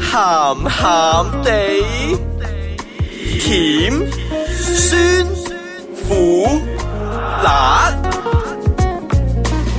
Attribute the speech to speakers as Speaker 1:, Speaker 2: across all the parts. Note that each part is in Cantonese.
Speaker 1: 鹹鹹地，甜酸苦辣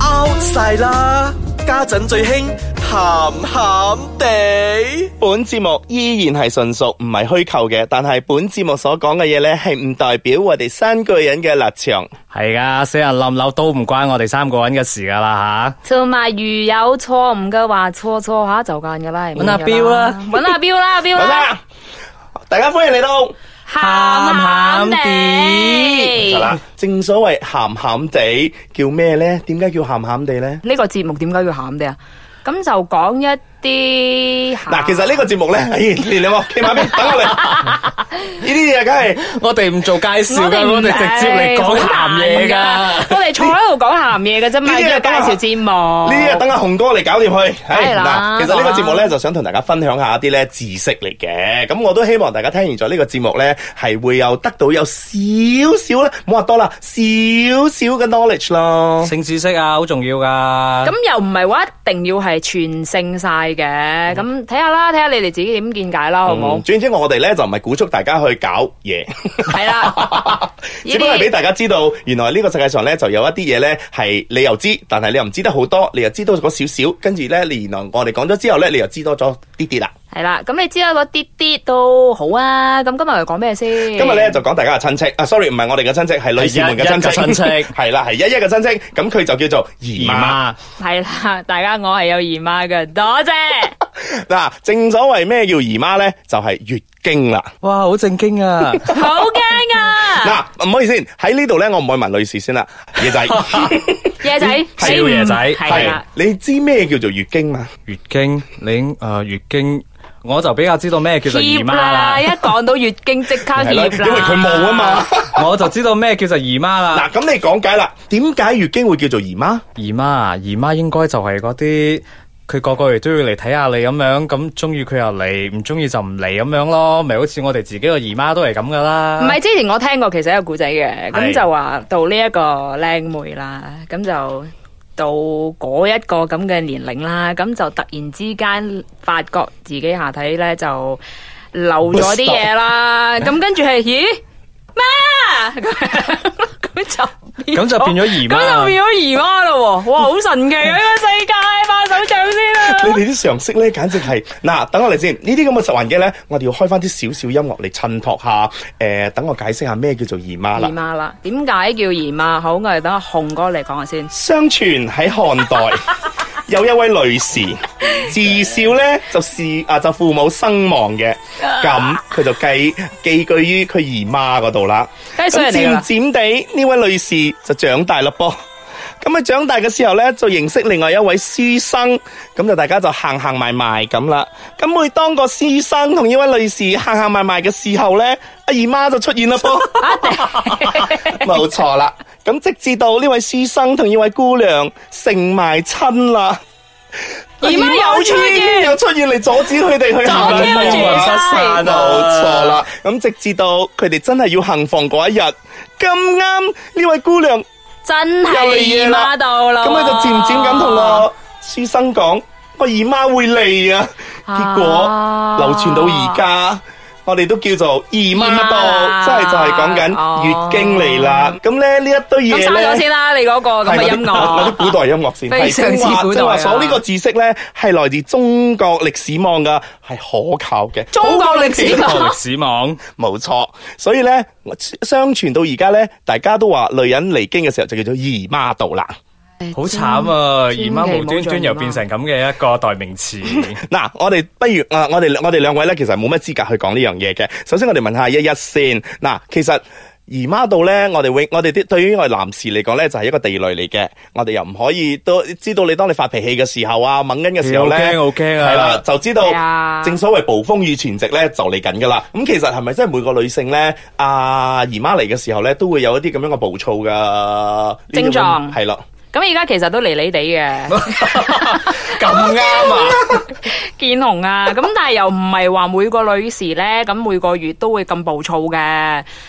Speaker 1: out 晒啦！家陣最興鹹鹹地。
Speaker 2: 本節目依然係純屬唔係虛構嘅，但係本節目所講嘅嘢呢，係唔代表我哋三個人嘅立場。
Speaker 3: 係噶，啊死人冧樓都唔關我哋三個人嘅事噶啦
Speaker 4: 同埋如有錯誤嘅話，錯錯下就間噶啦，
Speaker 3: 搵阿彪啦
Speaker 4: 搵阿彪啦，阿彪
Speaker 2: 好
Speaker 4: 啦，
Speaker 2: 啦，大家歡迎嚟到。
Speaker 4: 鹹鹹
Speaker 2: 係
Speaker 4: 地。
Speaker 2: 啦，正所謂鹹鹹地叫咩呢？點解叫鹹鹹地呢？
Speaker 4: 呢個節目點解要鹹地啊？咁就講一啲
Speaker 2: 嗱，其實呢個節目呢，哎，你兩個企埋邊，等我嚟。呢啲嘢梗係
Speaker 3: 吓，我哋唔做介紹噶，我哋直接嚟講鹹嘢噶。，
Speaker 4: 我哋坐喺度講鹹嘢嘅啫嘛，
Speaker 2: 呢啲
Speaker 4: 叫
Speaker 2: 嘢等
Speaker 4: 介紹節目。
Speaker 2: 呢啲啊，等阿紅哥嚟搞掂佢。係
Speaker 4: 哦係啦
Speaker 2: 嗱，其實呢個
Speaker 4: 啊
Speaker 2: 節目咧，就想同大家分享下一啲咧知識嚟嘅。咁我都希望大家聽完咗呢個節目咧，係會有得到有少少咧，唔好話多啦，少少嘅 knowledge 咯。
Speaker 3: 性知識啊，好重要噶。
Speaker 4: 咁又唔係話一定要係全勝晒嘅，咁睇下啦，睇下你哋自己點見解啦，好唔好
Speaker 2: 嗯，？總之我哋咧就唔係鼓勵大家去搞 嘢，
Speaker 4: 係啦，
Speaker 2: 只不過係俾大家知道，原來呢個世界上咧就有一啲嘢咧係你又知，但係你又唔知得好多，你又知道咗少少，跟住咧你原來我哋講咗之後咧，你又知多咗啲啲啦。
Speaker 4: 係啦，咁你知啦，嗰啲啲都好啊。咁今日嚟講咩先？
Speaker 2: 今日咧就講大家嘅親戚啊，sorry 唔係我哋嘅親戚，係女士們嘅親戚，
Speaker 3: 係一一嘅親戚
Speaker 2: 係啦，係一一嘅親戚，咁佢就叫做姨
Speaker 3: 姨
Speaker 2: 媽。
Speaker 3: 媽，
Speaker 4: 係啦，大家我係有姨媽嘅，多 謝。
Speaker 2: 嗱，正所謂咩叫姨媽咧，就係月經啦。
Speaker 3: 哇，好正經 啊！
Speaker 4: 好驚啊！
Speaker 2: 嗱，唔好意思，喺呢度咧，我唔會問女士先啦，野仔，
Speaker 4: 夜仔，
Speaker 3: 小
Speaker 4: 你唔
Speaker 3: 夜仔
Speaker 4: 係
Speaker 2: 係
Speaker 4: 啦，
Speaker 2: 你知咩叫做月經嘛？
Speaker 3: 月經，你誒、呃、月經，我就比較知道咩叫做姨
Speaker 4: 怯
Speaker 3: 媽
Speaker 4: 啦！
Speaker 3: 啦
Speaker 4: 一，講到月經即刻怯
Speaker 2: 係
Speaker 4: 啦，
Speaker 2: 啦，因為佢冇啊嘛。
Speaker 3: 我就知道咩叫做姨媽啦。
Speaker 2: 嗱，咁你講解啦，點解月經會叫做姨媽？
Speaker 3: 姨媽啊，姨媽應該就係嗰啲。佢個個月都要嚟睇下你咁樣，咁中意佢又嚟，唔中意就唔嚟咁樣咯，咪好似我哋自己個姨媽都係咁噶啦。
Speaker 4: 唔 係之前我聽過，其實有古仔
Speaker 3: 係
Speaker 4: 嘅，咁就話到呢一個靚妹啦，咁就到嗰一個咁嘅年齡啦，咁就突然之間發覺自己下體咧就漏咗啲 嘢啦，咁跟住係咦媽咁就。
Speaker 3: 咁就變咗姨媽
Speaker 4: 咁就變咗姨媽啦喎！哇，好神奇啊！呢個世界，拍手掌 先啊！
Speaker 2: 你哋啲常識咧，簡直係嗱，等我嚟先。呢啲咁嘅實環境咧，我哋要開翻啲少少音樂嚟襯托下。誒、等我解釋下咩叫做姨媽啦
Speaker 4: 姨。媽啦，點解叫姨媽？好，我哋等阿紅哥嚟講下先。
Speaker 2: 相傳喺漢代有一位女士，自小咧就是啊就父母身亡嘅，咁佢就寄寄居於佢姨媽嗰度啦。
Speaker 4: 梗係衰
Speaker 2: 咁
Speaker 4: 人
Speaker 2: 漸
Speaker 4: 嚟㗎啦
Speaker 2: 漸地呢位女士就長大啦噃。咁佢長大嘅時候咧，就認識另外一位書生，咁就大家就行行埋埋咁啦。咁每當個書生同呢位女士行行埋埋嘅時候咧，阿姨媽就出現啦噃。冇錯啦。咁直至到呢位書生同呢位姑娘成埋親啦，
Speaker 4: 姨媽又啊出現
Speaker 2: 又出現嚟阻止佢哋去行
Speaker 4: 阻止
Speaker 2: 婚
Speaker 4: 佢哋
Speaker 2: 姻
Speaker 4: 失散啊
Speaker 2: 冇錯啦。咁直至到佢哋真係要行房嗰一日，咁啱呢位姑娘，
Speaker 4: 真係姨媽到啦！
Speaker 2: 咁佢就漸漸咁同個書生講：我姨媽會嚟啊！結果
Speaker 4: 啊
Speaker 2: 流傳到而家。我哋都叫做姨媽
Speaker 4: 姨媽
Speaker 2: 到，
Speaker 4: 啦
Speaker 2: 真係就係講緊月經嚟啦。咁咧呢一堆嘢
Speaker 4: 咁
Speaker 2: 咧，
Speaker 4: 收咗先啦，你嗰個咁 嘅音
Speaker 2: 嗰啲
Speaker 4: 樂。
Speaker 2: 古代音樂先，
Speaker 4: 非常之古代啊
Speaker 2: 正話所呢個知識咧，係來自中國歷史網噶，係可靠嘅。
Speaker 4: 中國歷史
Speaker 3: 中
Speaker 4: 網
Speaker 3: 國歷史網，
Speaker 2: 冇錯，所以咧，相傳到而家咧，大家都話女人嚟經嘅時候就叫做姨媽到啦。
Speaker 3: 好慘啊！
Speaker 4: 千
Speaker 3: 姨媽無端端又變成咁嘅一個代名詞。
Speaker 2: 嗱，我哋不如啊，我哋我哋兩位咧，其實冇乜資格去講呢樣嘢嘅。首先，我哋問下一一先。嗱，其實姨媽度咧，我哋永我哋啲對於我哋男士嚟講咧，就係一個地雷嚟嘅。我哋又唔可以都知道你當你發脾氣嘅時候啊，猛緊嘅時候咧，
Speaker 3: 好驚好驚啊
Speaker 2: 係啦，就知
Speaker 4: 係
Speaker 2: 道
Speaker 4: 啊
Speaker 2: 正所謂暴風雨前夕咧，就嚟緊噶啦。咁其實係咪真係每個女性咧，啊姨媽嚟嘅時候咧，都會有一啲咁樣嘅暴躁嘅呢啲咁
Speaker 4: 症狀
Speaker 2: 係啦，
Speaker 4: 咁而家其實都離離 地嘅，
Speaker 2: 咁啱啊！
Speaker 4: 見紅啊，咁但係又唔係話每個女士呢，咁每個月都會咁暴躁嘅。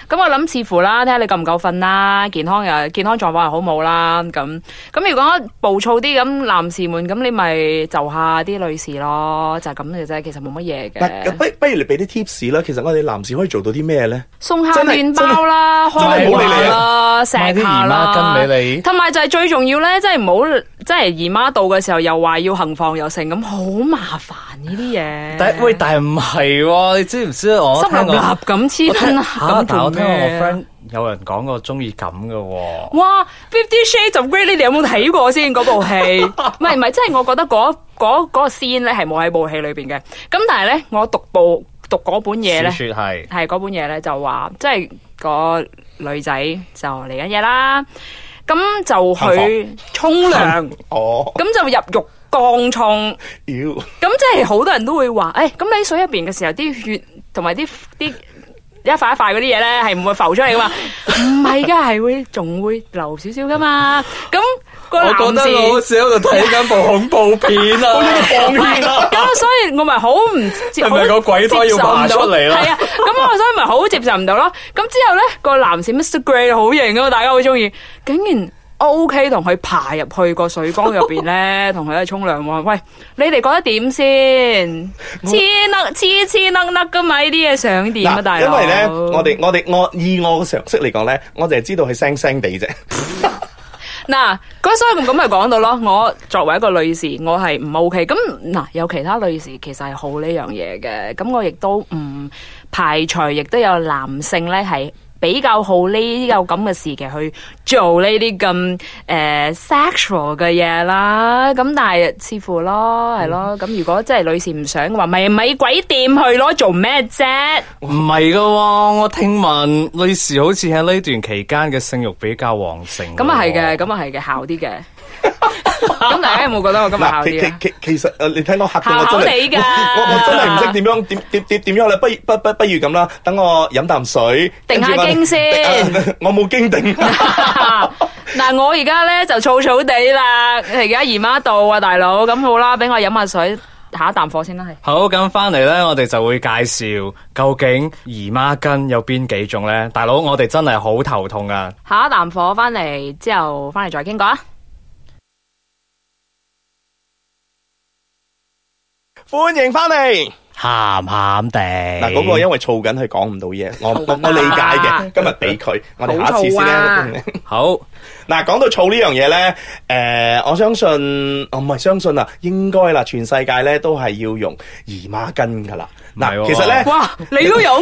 Speaker 4: 咁我諗視乎啦，睇下你夠唔夠瞓啦，健康又健康狀況又好冇啦。咁咁如果暴躁啲咁男士們，咁你咪就下啲女士咯，就係咁嘅啫，其實冇乜嘢
Speaker 2: 嗱，
Speaker 4: 嘅。
Speaker 2: 不不如你俾啲 tips 啦。其實我哋男士可以做到啲咩咧？
Speaker 4: 送下麵包啦，
Speaker 2: 真係
Speaker 4: 開
Speaker 2: 真係冇理
Speaker 4: 懷
Speaker 2: 你
Speaker 4: 啦，錫
Speaker 3: 買啲姨
Speaker 4: 下啦，
Speaker 3: 媽巾俾你
Speaker 4: 同埋就係最重要咧，即係唔好，即係姨媽到嘅時候又話要行房又成咁，好麻煩呢啲嘢。
Speaker 3: 但喂，但係唔係喎？你知唔知我
Speaker 4: 濕
Speaker 3: 聽
Speaker 4: 立
Speaker 3: 我
Speaker 4: 立咁黐
Speaker 3: 聽
Speaker 4: 身啊
Speaker 3: 嚇
Speaker 4: 咁
Speaker 3: 但我
Speaker 4: 做
Speaker 3: 聽我個
Speaker 4: 咩？啊
Speaker 3: friend 有人講過中意咁嘅喎。
Speaker 4: 哇，Fifty Shades of Grey，你哋有冇睇過先 嗰部戲？唔係唔係，即係我覺得嗰嗰嗰個 scene 咧係冇喺部戲裏邊嘅。咁但係咧，我讀部讀嗰本嘢咧。
Speaker 3: 小説係
Speaker 4: 係嗰本嘢咧就話，即係個女仔就嚟緊嘢啦，咁就去沖涼，
Speaker 2: 哦，
Speaker 4: 咁就入浴缸沖，
Speaker 2: 妖，
Speaker 4: 咁即係好多人都會話，誒、咁你喺水入邊嘅時候，啲血同埋啲啲。一塊一塊嗰啲嘢咧，係唔會浮出嚟噶嘛？唔係噶，係會仲會流少少噶嘛？咁、個男士，
Speaker 3: 似喺度睇緊部恐怖片啊！
Speaker 2: 放
Speaker 4: 喂
Speaker 2: 血啦！
Speaker 4: 咁所以我咪好唔接，
Speaker 3: 係咪個鬼胎要爬出嚟啦
Speaker 4: 係啊，咁我所以咪好接受唔到咯。咁之後咧，個男士 Mr Grey 好型啊嘛，大家好中意，竟然 O K 同佢爬入去個水缸入 邊咧，同佢喺度沖涼喎。喂，你哋覺得點先？黐甩黐黐甩甩噶嘛？呢啲嘢想點啊，大
Speaker 2: 嗱，
Speaker 4: 佬？
Speaker 2: 因為咧，我哋我哋我以我嘅常識嚟講咧，我淨係知道佢聲聲地啫。
Speaker 4: 嗱，咁所以咁咪講到咯。我作為一個女士，我係唔 OK。咁嗱，有其他女士其實係好呢樣嘢嘅。咁我亦都唔排除，亦都有男性咧係比較好呢啲有咁嘅時期去做呢啲咁誒 sexual 嘅嘢啦。咁但係似乎咯，係
Speaker 2: 嗯
Speaker 4: 咯。咁如果真係女士唔想嘅話，咪咪鬼掂去咯，做咩啫？
Speaker 3: 唔係噶喎，我聽聞女士好似喺呢段期間嘅性欲比較旺盛喎。
Speaker 4: 咁啊係嘅，咁啊係嘅，姣啲嘅。咁大家有冇覺得我今日姣
Speaker 2: 嗱，其
Speaker 4: 啲啊
Speaker 2: 其？其其實誒，呃你睇我嚇到我
Speaker 4: 考
Speaker 2: 真
Speaker 4: 你
Speaker 2: 係，
Speaker 4: 㗎
Speaker 2: 我我我真係唔識點樣點點點點樣啦。不如不不不如咁啦，等我飲啖水，
Speaker 4: 定下
Speaker 2: 跟住我
Speaker 4: 經 先
Speaker 2: 啊我冇經 定。
Speaker 4: 嗱，我而家咧就燥燥地啦，而家姨媽到啊，大佬，咁好啦，俾我飲下水，下一啖火先啦，係。
Speaker 3: 好，咁翻嚟呢，我哋就會介紹究竟姨媽巾有邊幾種呢？大佬，我哋真係好頭痛啊！
Speaker 4: 下一啖火翻嚟之後，翻嚟再傾過啊。
Speaker 2: 歡迎翻嚟。
Speaker 3: 鹹鹹地
Speaker 2: 嗱，嗰個因為燥緊，佢講唔到嘢，我我我理 解嘅。今日俾佢，我哋下次先
Speaker 4: 啊好燥啊
Speaker 2: 咧。
Speaker 3: 好
Speaker 2: 嗱，講到燥呢樣嘢咧，誒、我相信，我唔係相信啊，應該啦，全世界咧都係要用姨媽巾噶啦。嗱
Speaker 3: 唔係，喎
Speaker 2: 其實咧，
Speaker 4: 哇，你都用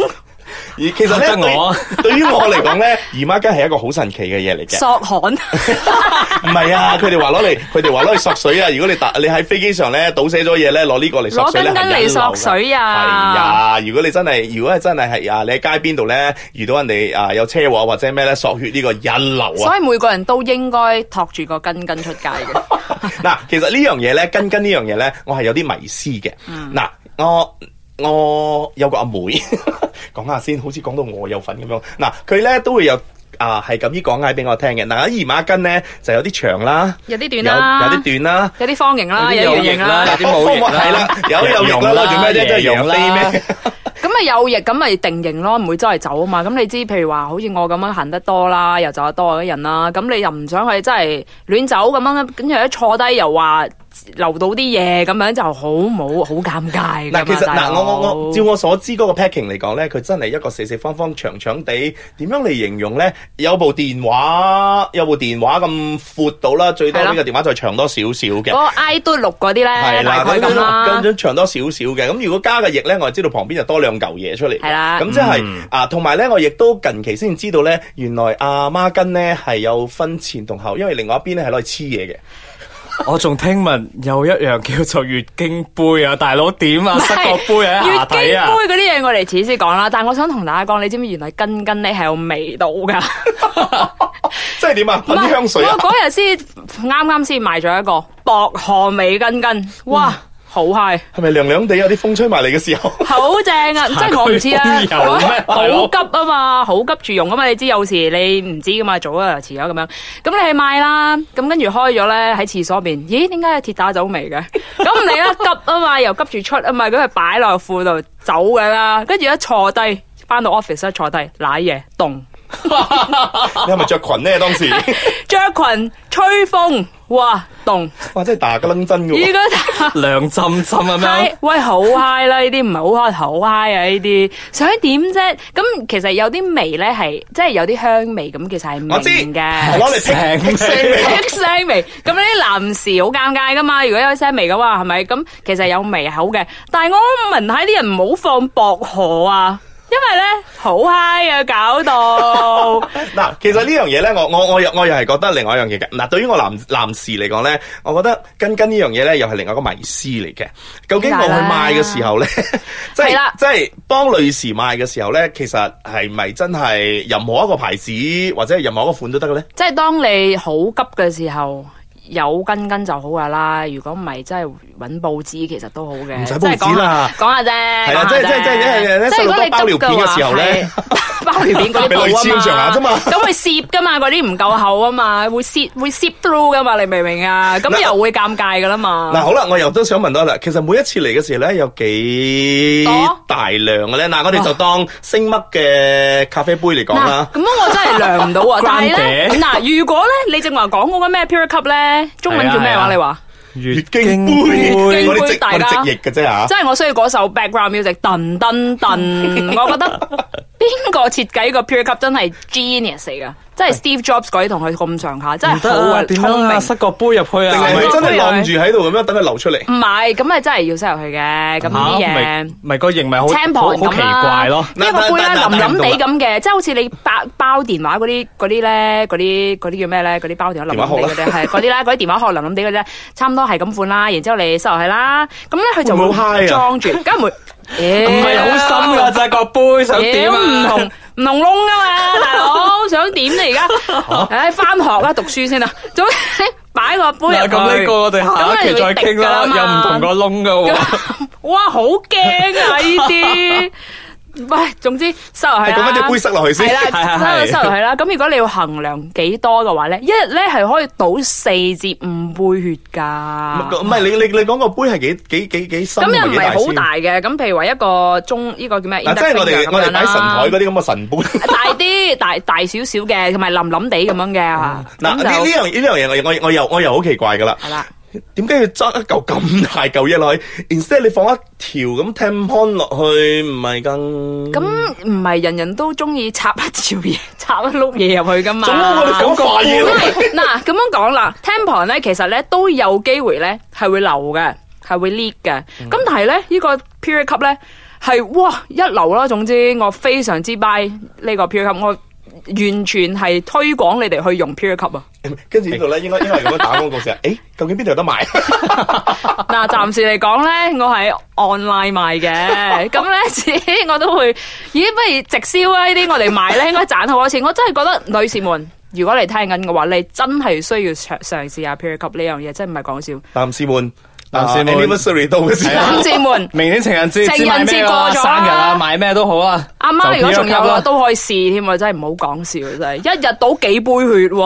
Speaker 2: 而其實咧，
Speaker 3: 得我
Speaker 2: 對對於我嚟講咧，姨媽巾係一個好神奇嘅嘢嚟嘅。
Speaker 4: 索汗，
Speaker 2: 唔係啊，佢哋話攞嚟，佢哋話攞嚟索水啊。如果你打你喺飛機上咧倒瀉咗嘢咧，攞呢個嚟索水咧
Speaker 4: 攞根
Speaker 2: 係
Speaker 4: 筋
Speaker 2: 引
Speaker 4: 嚟
Speaker 2: 流㗎
Speaker 4: 索水啊
Speaker 2: 係啊，如果你真係，如果係真係係啊，你喺街邊度咧遇到人哋啊有車禍或者咩咧索血呢個引流啊
Speaker 4: 所。以每個人都應該托住個根根出街嘅。
Speaker 2: 嗱，其實呢樣嘢咧，根根呢樣嘢咧，我係有啲迷思嘅。嗱、我我有個阿妹，講下先，好似講到我有份咁樣。嗱，佢咧都會有啊，係咁啲講解俾我聽嘅。嗱，姨媽巾咧就有啲長啦，
Speaker 4: 有啲短啦
Speaker 2: 有有啲短啦。
Speaker 4: 有啲方形啦，
Speaker 3: 有
Speaker 4: 有
Speaker 3: 啲
Speaker 4: 啲圓
Speaker 3: 有
Speaker 4: 形
Speaker 3: 翼啦有
Speaker 4: 啦，
Speaker 3: 啲冇翼啦
Speaker 2: 係啦，有有翼啦，做咩啫？都係
Speaker 3: 有
Speaker 2: 羊
Speaker 3: 啦
Speaker 2: 飛咩？
Speaker 4: 咁咪有翼，咁咪定型咯，唔會周圍走啊嘛。咁你知，譬如話好似我咁樣行得多啦，又走得多嘅人啦，咁你又唔想佢真係亂走咁樣，跟住一坐低又話留到啲嘢，咁樣就好冇好尷尬㗎嘛
Speaker 2: 嗱，其實
Speaker 4: 啊大
Speaker 2: 嗱，
Speaker 4: 佬
Speaker 2: 我我我照我所知嗰個 packing 嚟講咧，佢真係一個四四方方、長長地，點樣嚟形容咧？有部電話，有部電話咁闊到啦，最多
Speaker 4: 係啦
Speaker 2: 呢個電話再長多少少
Speaker 4: 嗰
Speaker 2: 嘅。
Speaker 4: 個 I do 六嗰啲咧，
Speaker 2: 係
Speaker 4: 大
Speaker 2: 啦，
Speaker 4: 概
Speaker 2: 咁
Speaker 4: 咁啦
Speaker 2: 樣咁。樣長多少少嘅，咁如果加嘅翼咧，我就知道旁邊就多兩嚿嘢出嚟。
Speaker 4: 係啦
Speaker 2: 咁即係
Speaker 3: 嗯
Speaker 2: 啊，同埋咧，我亦都近期先知道咧，原來阿孖筋咧係有分前同後，因為另外一邊咧係攞嚟黐 嘢嘅。
Speaker 3: 我仲聽聞有一樣叫做月經杯啊，大佬點啊？塞個杯喺
Speaker 4: 月
Speaker 3: 下
Speaker 4: 經
Speaker 3: 底啊！
Speaker 4: 杯嗰啲嘢我哋遲先講啦，但係我想同大家講，你知唔知原來根根咧係有味道㗎？
Speaker 2: 即係點啊？
Speaker 4: 唔
Speaker 2: 噴啲
Speaker 4: 係
Speaker 2: 香水啊
Speaker 4: 我！嗰日先啱啱先買咗一個薄荷味根根，哇！好 high，
Speaker 2: 系咪凉凉地有啲風吹埋嚟嘅時候？
Speaker 4: 好正啊！即係我唔知啊
Speaker 3: 下區風油咩，大佬
Speaker 4: 好急啊嘛，好急住用啊嘛，你知有時你唔知噶嘛，早啊遲咗咁樣，咁你去買啦，咁跟住開咗咧喺廁所入邊，咦點解有鐵打走味嘅？咁唔理啦，急啊嘛，又急住出啊嘛，咁佢擺落褲度走噶啦，跟住一坐低翻到 office 一坐低，舐嘢 凍。
Speaker 2: 你係咪着裙呢？當時
Speaker 4: 着裙吹風，哇凍！
Speaker 2: 哇，真係打個楞真 嘅
Speaker 4: 依
Speaker 2: 喎。
Speaker 4: 家
Speaker 3: 涼浸浸咁樣
Speaker 4: high，喂好 high 啦，呢啲唔係好 high，好 high 啊呢啲，想點啫？咁其實有啲味咧係，即係有啲香味咁，其實係
Speaker 2: 我知，
Speaker 4: 明
Speaker 2: 攞
Speaker 4: 嘅。
Speaker 2: 嚟
Speaker 3: 成
Speaker 2: 劈劈聲嚟。
Speaker 4: 腥味，咁呢啲男士好尷尬噶嘛？如果有腥味嘅話，係咪？咁其實有味口嘅，但係我聞下啲人唔好放薄荷啊，因為咧好 high 啊，搞到
Speaker 2: 嗱，其實呢樣嘢咧，我我我又我又係覺得另外一樣嘢嘅。嗱，對於我男男士嚟講咧，我覺得跟跟呢樣嘢咧，又係另外一個迷思嚟嘅。究竟我去賣嘅時候 咧，即
Speaker 4: 係
Speaker 2: 係
Speaker 4: 啦
Speaker 2: 即係幫女士賣嘅時候咧，其實係咪真係任何一個牌子或者係任何一個款都得嘅咧？
Speaker 4: 即係當你好急嘅時候，有根根就好噶啦。如果唔係，真係揾報紙其實都好嘅。
Speaker 2: 唔使
Speaker 4: 即係
Speaker 2: 報紙啦
Speaker 4: 講下講下啫。
Speaker 2: 係啦
Speaker 4: 講
Speaker 2: 即
Speaker 4: 下
Speaker 2: 係即係
Speaker 4: 啫
Speaker 2: 即係即係即係
Speaker 4: 即係如果
Speaker 2: 細路
Speaker 4: 你
Speaker 2: 哥包尿片嘅時候呢
Speaker 4: 急嘅話，係 包尿片嗰啲
Speaker 2: 俾女
Speaker 4: 布
Speaker 2: 黐咁上
Speaker 4: 啊
Speaker 2: 下啫嘛
Speaker 4: 咁會攝噶嘛，嗰啲唔夠厚啊嘛，會攝會攝 through 噶嘛，你明唔明啊？
Speaker 2: 嗱
Speaker 4: 咁又會尷尬噶啦嘛。
Speaker 2: 嗱，好啦，我又都想問多啦。其實每一次嚟嘅時候咧，有幾
Speaker 4: 多
Speaker 2: 大量嘅咧？嗱，我哋就當星乜嘅咖啡杯嚟講
Speaker 4: 嗱
Speaker 2: 啦，。
Speaker 4: 咁我真係量唔到啊！ 但係咧，
Speaker 3: 關
Speaker 4: 嗱，如果咧，你正話講嗰個咩 pure cup 咧，中文叫咩
Speaker 3: 係啊係
Speaker 4: 話？
Speaker 3: 啊
Speaker 4: 你話？
Speaker 2: 月
Speaker 3: 月
Speaker 2: 經杯，我
Speaker 4: 經杯
Speaker 2: 哋直
Speaker 4: 大
Speaker 2: 我
Speaker 4: 家
Speaker 2: 哋直譯嘅啫嚇。
Speaker 4: 即係我需要嗰首 background music，噔噔噔，我覺得邊個設計個 pure cup 真係 genius 嚟噶，即係 Steve Jobs 嗰啲同佢咁上下，真
Speaker 3: 唔
Speaker 4: 係
Speaker 3: 得
Speaker 4: 好
Speaker 3: 啊！
Speaker 4: 啊，
Speaker 3: 點
Speaker 4: 聰
Speaker 3: 樣啊？
Speaker 4: 明。
Speaker 3: 塞個杯入去
Speaker 2: 定係
Speaker 3: 啊
Speaker 4: 明？
Speaker 2: 佢真係
Speaker 4: 杯啊
Speaker 2: 晾住喺度咁樣等佢流出嚟？
Speaker 4: 唔係，咁係真係要塞入去嘅，咁啲
Speaker 3: 嚇咪
Speaker 4: 嘢。
Speaker 3: 咪個型咪好好
Speaker 4: 青
Speaker 3: 好
Speaker 4: 旁
Speaker 3: 奇
Speaker 4: 咁啦，
Speaker 3: 怪咯。
Speaker 4: 一個杯啦，
Speaker 2: 嗱嗱嗱
Speaker 4: 淋
Speaker 2: 嗱
Speaker 4: 淋地咁嘅，即係好似你包包電話嗰啲嗰啲咧，嗰啲嗰啲叫咩咧？嗰啲包電話淋淋地嗰啲係嗰啲啦，嗰啲電話殼淋淋地嗰啲咧，差唔多係咁款啦。然之後你塞落去啦，咁咧佢就
Speaker 2: 會唔會好 high 啊
Speaker 4: 會裝住，梗係唔會，
Speaker 3: 唔
Speaker 4: 唔
Speaker 3: 係好深㗎，就係個杯想點
Speaker 4: 屌唔
Speaker 3: 啊？
Speaker 4: 同唔同窿噶嘛，大佬想點你而家？唉，翻學啦，讀書先啦，總之 擺個杯入
Speaker 3: 嗱，
Speaker 4: 去。
Speaker 3: 咁呢個我哋下一期再傾啦，
Speaker 4: 咁你會滴㗎
Speaker 3: 又唔
Speaker 4: 嘛
Speaker 3: 同個窿㗎喎。
Speaker 4: 咁哇，好驚啊！呢啲，喂，總之收落去
Speaker 2: 係
Speaker 4: 啦。
Speaker 2: 講翻隻杯塞落去先
Speaker 4: 係。
Speaker 3: 係係
Speaker 4: 啦，
Speaker 3: 係
Speaker 4: 收收落去啦。咁如果你要衡量幾多嘅話咧，一日咧係可以倒四至五杯血㗎。
Speaker 2: 唔係你你你講個杯係幾幾幾幾深
Speaker 4: 咁
Speaker 2: 同埋
Speaker 4: 又唔
Speaker 2: 幾
Speaker 4: 係好
Speaker 2: 先？
Speaker 4: 大嘅，咁譬如話一個中呢個叫咩？
Speaker 2: 嗱，即係我
Speaker 4: Index
Speaker 2: 哋
Speaker 4: finger
Speaker 2: 我
Speaker 4: 咁
Speaker 2: 哋
Speaker 4: 樣啦
Speaker 2: 擺神台嗰啲咁嘅神杯。
Speaker 4: 大啲，大大少少嘅，同埋淋淋地咁樣嘅。
Speaker 2: 嗯
Speaker 4: 啊
Speaker 2: 嗱，呢呢
Speaker 4: 咁就
Speaker 2: 樣呢樣嘢我我我又我又好奇怪㗎啦。
Speaker 4: 係啦，
Speaker 2: 點解要裝一嚿咁大嚿嘢落去？instead 你放一條咁 tampon 落去，唔係更？
Speaker 4: 咁唔係人人都中意插一條嘢，插一碌嘢入去噶嘛？
Speaker 2: 總之我哋講快嘢
Speaker 4: 因
Speaker 2: 咯。
Speaker 4: 為嗱咁樣講啦，tampon 咧其實咧都有機會咧係會流嘅，係會 leak 嘅。咁、
Speaker 2: 嗯
Speaker 4: 但係咧呢個 period cup 咧係哇一流啦，總之我非常之 buy 呢個 period cup，我完全係推廣你哋去用 period cup 啊！
Speaker 2: 跟住呢度咧，應該應該係咁樣打廣告先。誒，究竟邊度有得賣？
Speaker 4: 嗱，暫時嚟講咧，我係 online 賣嘅， 咁咧 自己我都會，咦，不如直銷啊！呢 啲我哋賣咧，應該賺好多錢。我真係覺得女士們，如果你聽緊嘅話，你真係需要嘗嘗試下 period cup 呢樣嘢，真係唔係講 笑。
Speaker 2: 男士們，
Speaker 3: 男士們啊
Speaker 2: 啊，anniversary 到嘅時候。
Speaker 4: 男士們，
Speaker 3: 明年情人節知
Speaker 4: 情
Speaker 3: 買
Speaker 4: 人節
Speaker 3: 咩啊？
Speaker 4: 過
Speaker 3: 生
Speaker 4: 咗啦
Speaker 3: 日啊，買咩都好啊。
Speaker 4: 阿媽如果仲
Speaker 3: 就 P.O. 級
Speaker 4: 有啊，
Speaker 3: 啦，
Speaker 4: 都可以試添啊！真係唔好講笑，真係一日倒幾杯血 喎、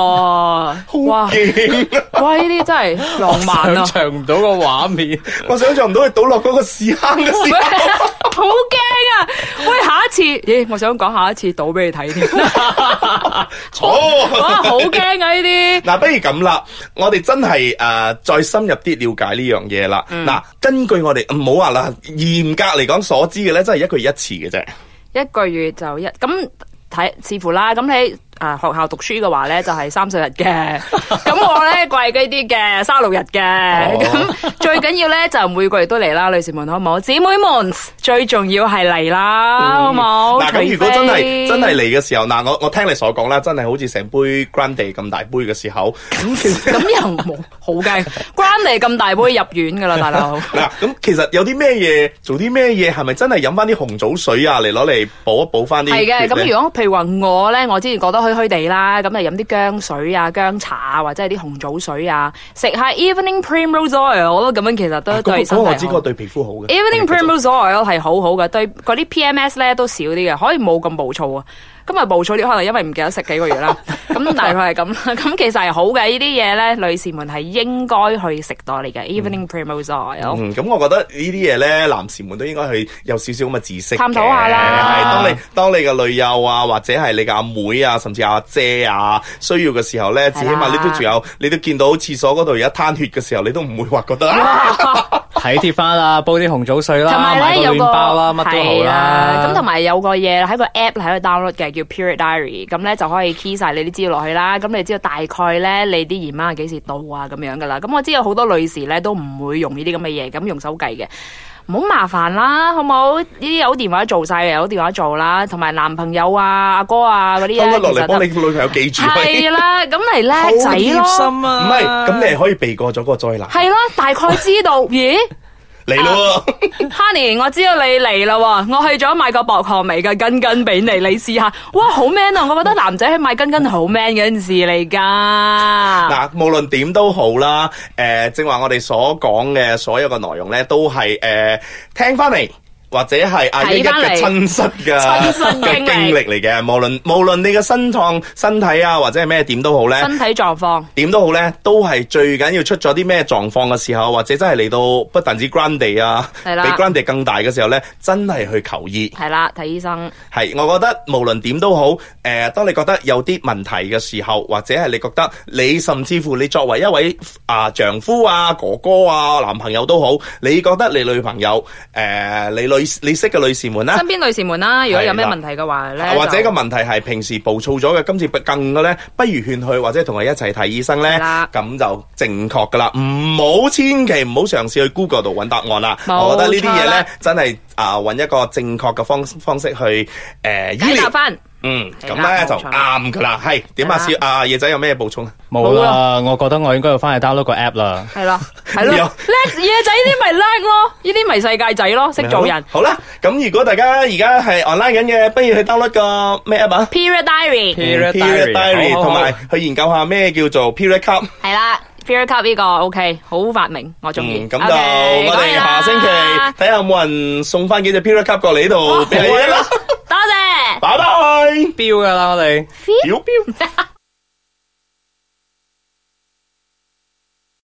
Speaker 4: 哇！
Speaker 2: 勁
Speaker 4: 哇！呢啲真係浪漫 啊
Speaker 3: 想！象唔到個畫面。
Speaker 2: 我想象唔到佢倒落嗰個屎坑嘅時
Speaker 4: 喂
Speaker 2: 候。
Speaker 4: 好驚啊！喂，下一次，咦，我想講下一次倒俾你睇 添。
Speaker 2: 哦
Speaker 4: 哇，好驚啊！呢啲
Speaker 2: 嗱，不如咁啦，我哋真係誒、呃再深入啲了解呢樣嘢啦。
Speaker 4: 嗯
Speaker 2: 嗱、根據我哋唔好話啦，嚴格嚟講所知嘅咧，真係一個月一次嘅啫。
Speaker 4: 一個月就一咁睇，視乎啦。咁你啊學校讀書嘅話咧，就係三 十日嘅。咁我咧貴嗰啲嘅，三十六日嘅。咁、最緊要咧就每個月都嚟啦，女士們好唔好？姊妹們最重要係嚟啦，好唔好？
Speaker 2: 嗱，咁如果
Speaker 4: 哦除
Speaker 2: 真
Speaker 4: 非
Speaker 2: 係真係嚟嘅時候，嗱，我我聽你所講啦，真係好似成杯 grande 咁大杯嘅時候，咁其實
Speaker 4: 咁又冇好驚，關你咁大杯入院噶啦，大佬。
Speaker 2: 嗱，咁其實有啲咩嘢做啲咩嘢，係咪真係飲翻啲紅棗水啊，嚟攞嚟補一補翻啲
Speaker 4: 係
Speaker 2: 血
Speaker 4: 嘅，
Speaker 2: 呢？
Speaker 4: 咁如果譬如話我咧，我之前覺得虛虛地啦，咁就飲啲姜水啊、姜茶啊，或者係啲紅棗水啊，食下 evening primrose oil，我覺得咁樣其實都
Speaker 2: 嗰個
Speaker 4: 對
Speaker 2: 嗰
Speaker 4: 身
Speaker 2: 個
Speaker 4: 體好。
Speaker 2: 我知嗰個對皮膚好嘅。
Speaker 4: Evening
Speaker 2: 繼續
Speaker 4: primrose oil 係好好嘅，對嗰啲 PMS 咧都少啲嘅，可以冇咁暴躁啊。今日暴躁啲，可能因為唔記得食幾個月 啦。咁大概係咁啦。咁其實係好嘅，呢啲嘢咧，女士們係應該去食多嚟嘅。Evening primrose oil
Speaker 2: 嗯，咁我覺得呢啲嘢咧，男士們都應該去有少少咁嘅知識嘅
Speaker 4: 探討下啦
Speaker 2: 係當你當你嘅女友啊，或者係你嘅阿妹啊，甚至阿姐啊，需要嘅時候咧，至
Speaker 4: 係啦
Speaker 2: 起碼你都仲有，你都見到廁所嗰度有一攤血嘅時候，你都唔會話覺 得啊
Speaker 3: 睇貼翻啦，煲啲紅棗水啦，
Speaker 4: 同埋
Speaker 3: 買
Speaker 4: 咧
Speaker 3: 個
Speaker 4: 有
Speaker 3: 暖
Speaker 4: 個
Speaker 3: 包啦，乜都好
Speaker 4: 係啦
Speaker 3: 啦。
Speaker 4: 咁同埋有個嘢喺個 app 喺度 download 嘅，叫 Period Diary。咁咧就可以 key 晒你啲資料落去啦。咁你知道大概咧你啲姨媽係幾時到啊咁樣噶啦。咁我知有好多女士咧都唔會用呢啲咁嘅嘢，咁用手計嘅。唔好麻煩啦，好冇？呢啲有電話做晒嘅，有電話做啦。同埋男朋友啊、阿哥啊嗰啲
Speaker 2: 偷
Speaker 4: 咧，
Speaker 2: 得落
Speaker 4: 其
Speaker 2: 嚟
Speaker 4: 實
Speaker 2: 幫你
Speaker 4: 都
Speaker 2: 女朋友記住佢。
Speaker 4: 係啊啦。咁嚟叻
Speaker 1: 好
Speaker 4: 仔
Speaker 1: 貼
Speaker 4: 咯，
Speaker 1: 心
Speaker 2: 唔
Speaker 1: 啊！
Speaker 2: 係，咁你係可以避過咗個災難。
Speaker 4: 係啦，大概知道。咦
Speaker 2: 嚟咯喎，
Speaker 4: ，Honey，我知道你嚟啦喎，我去咗買個薄荷味嘅巾巾俾你，你試下。哇，好 man 啊！我覺得男仔去買巾巾好 man 嘅件事嚟㗎。
Speaker 2: 嗱，無論點都好啦，誒，正話我哋所講嘅所有嘅內容咧，都係誒聽翻嚟。或者係阿一一
Speaker 4: 睇返嚟
Speaker 2: 嘅親身嘅
Speaker 4: 親身經歷
Speaker 2: 嘅經歷嚟嘅，無論無論你嘅身創身體啊，或者係咩點都好咧，
Speaker 4: 身體狀況。
Speaker 2: 點都好咧，都係最緊要出咗啲咩狀況嘅時候，或者真係嚟到不但止 grand 地啊，比
Speaker 4: 係啦
Speaker 2: grand 地更大嘅時候咧，真係去求醫。
Speaker 4: 係啦，睇醫生。
Speaker 2: 係，我覺得無論點都好，誒、當你覺得有啲問題嘅時候，或者係你覺得你甚至乎你作為一位啊、丈夫啊、哥哥啊、男朋友都好，你覺得你女朋友誒、你女你識嘅女士們啦、
Speaker 4: 身邊女士們啦，如果有咩
Speaker 2: 係啦
Speaker 4: 問題嘅話咧，
Speaker 2: 或者
Speaker 4: 就
Speaker 2: 個問題係平時暴躁咗嘅，今次更嘅咧，不如勸佢或者同佢一齊睇醫生咧
Speaker 4: 係啦，
Speaker 2: 咁就正確噶啦。唔好千祈唔好嘗試去 Google 度揾答案啦。
Speaker 4: 冇
Speaker 2: 我覺得呢啲嘢
Speaker 4: 錯
Speaker 2: 咧
Speaker 4: 啦，
Speaker 2: 真係啊揾一個正確嘅方方式去誒
Speaker 4: 解
Speaker 2: 醫
Speaker 4: 答
Speaker 2: 療。
Speaker 4: 翻。
Speaker 2: 嗯，咁
Speaker 4: 係啦
Speaker 2: 咧就
Speaker 4: 冇錯啦
Speaker 2: 啱噶啦。係點啊？
Speaker 4: 係
Speaker 2: 小
Speaker 4: 啦
Speaker 2: 啊，野仔有咩補充啊？
Speaker 3: 冇啦，我覺得我應該要翻去 download 個 app 啦。
Speaker 4: 系咯，系
Speaker 2: 有
Speaker 4: 咯，叻嘢仔呢啲咪叻咯，呢啲咪世界仔咯，識做人。
Speaker 2: 好啦，咁如果大家而家係 online 緊嘅，不如去 download 個咩 app 啊
Speaker 4: Period Diary
Speaker 3: Period diary，好好好
Speaker 2: 同埋去研究下咩叫做 period cup。
Speaker 4: 係啦，Period Cup 呢個 OK，好發明，我中意。
Speaker 2: 嗯，咁就
Speaker 4: OK，
Speaker 2: 我
Speaker 4: 講
Speaker 2: 哋
Speaker 4: 完
Speaker 2: 下
Speaker 4: 啦
Speaker 2: 星期睇下有冇人送翻幾隻 Period Cup 過嚟呢 度俾你啦，
Speaker 4: 多謝。
Speaker 2: 拜拜，
Speaker 3: 標噶啦，我哋。
Speaker 2: 表表。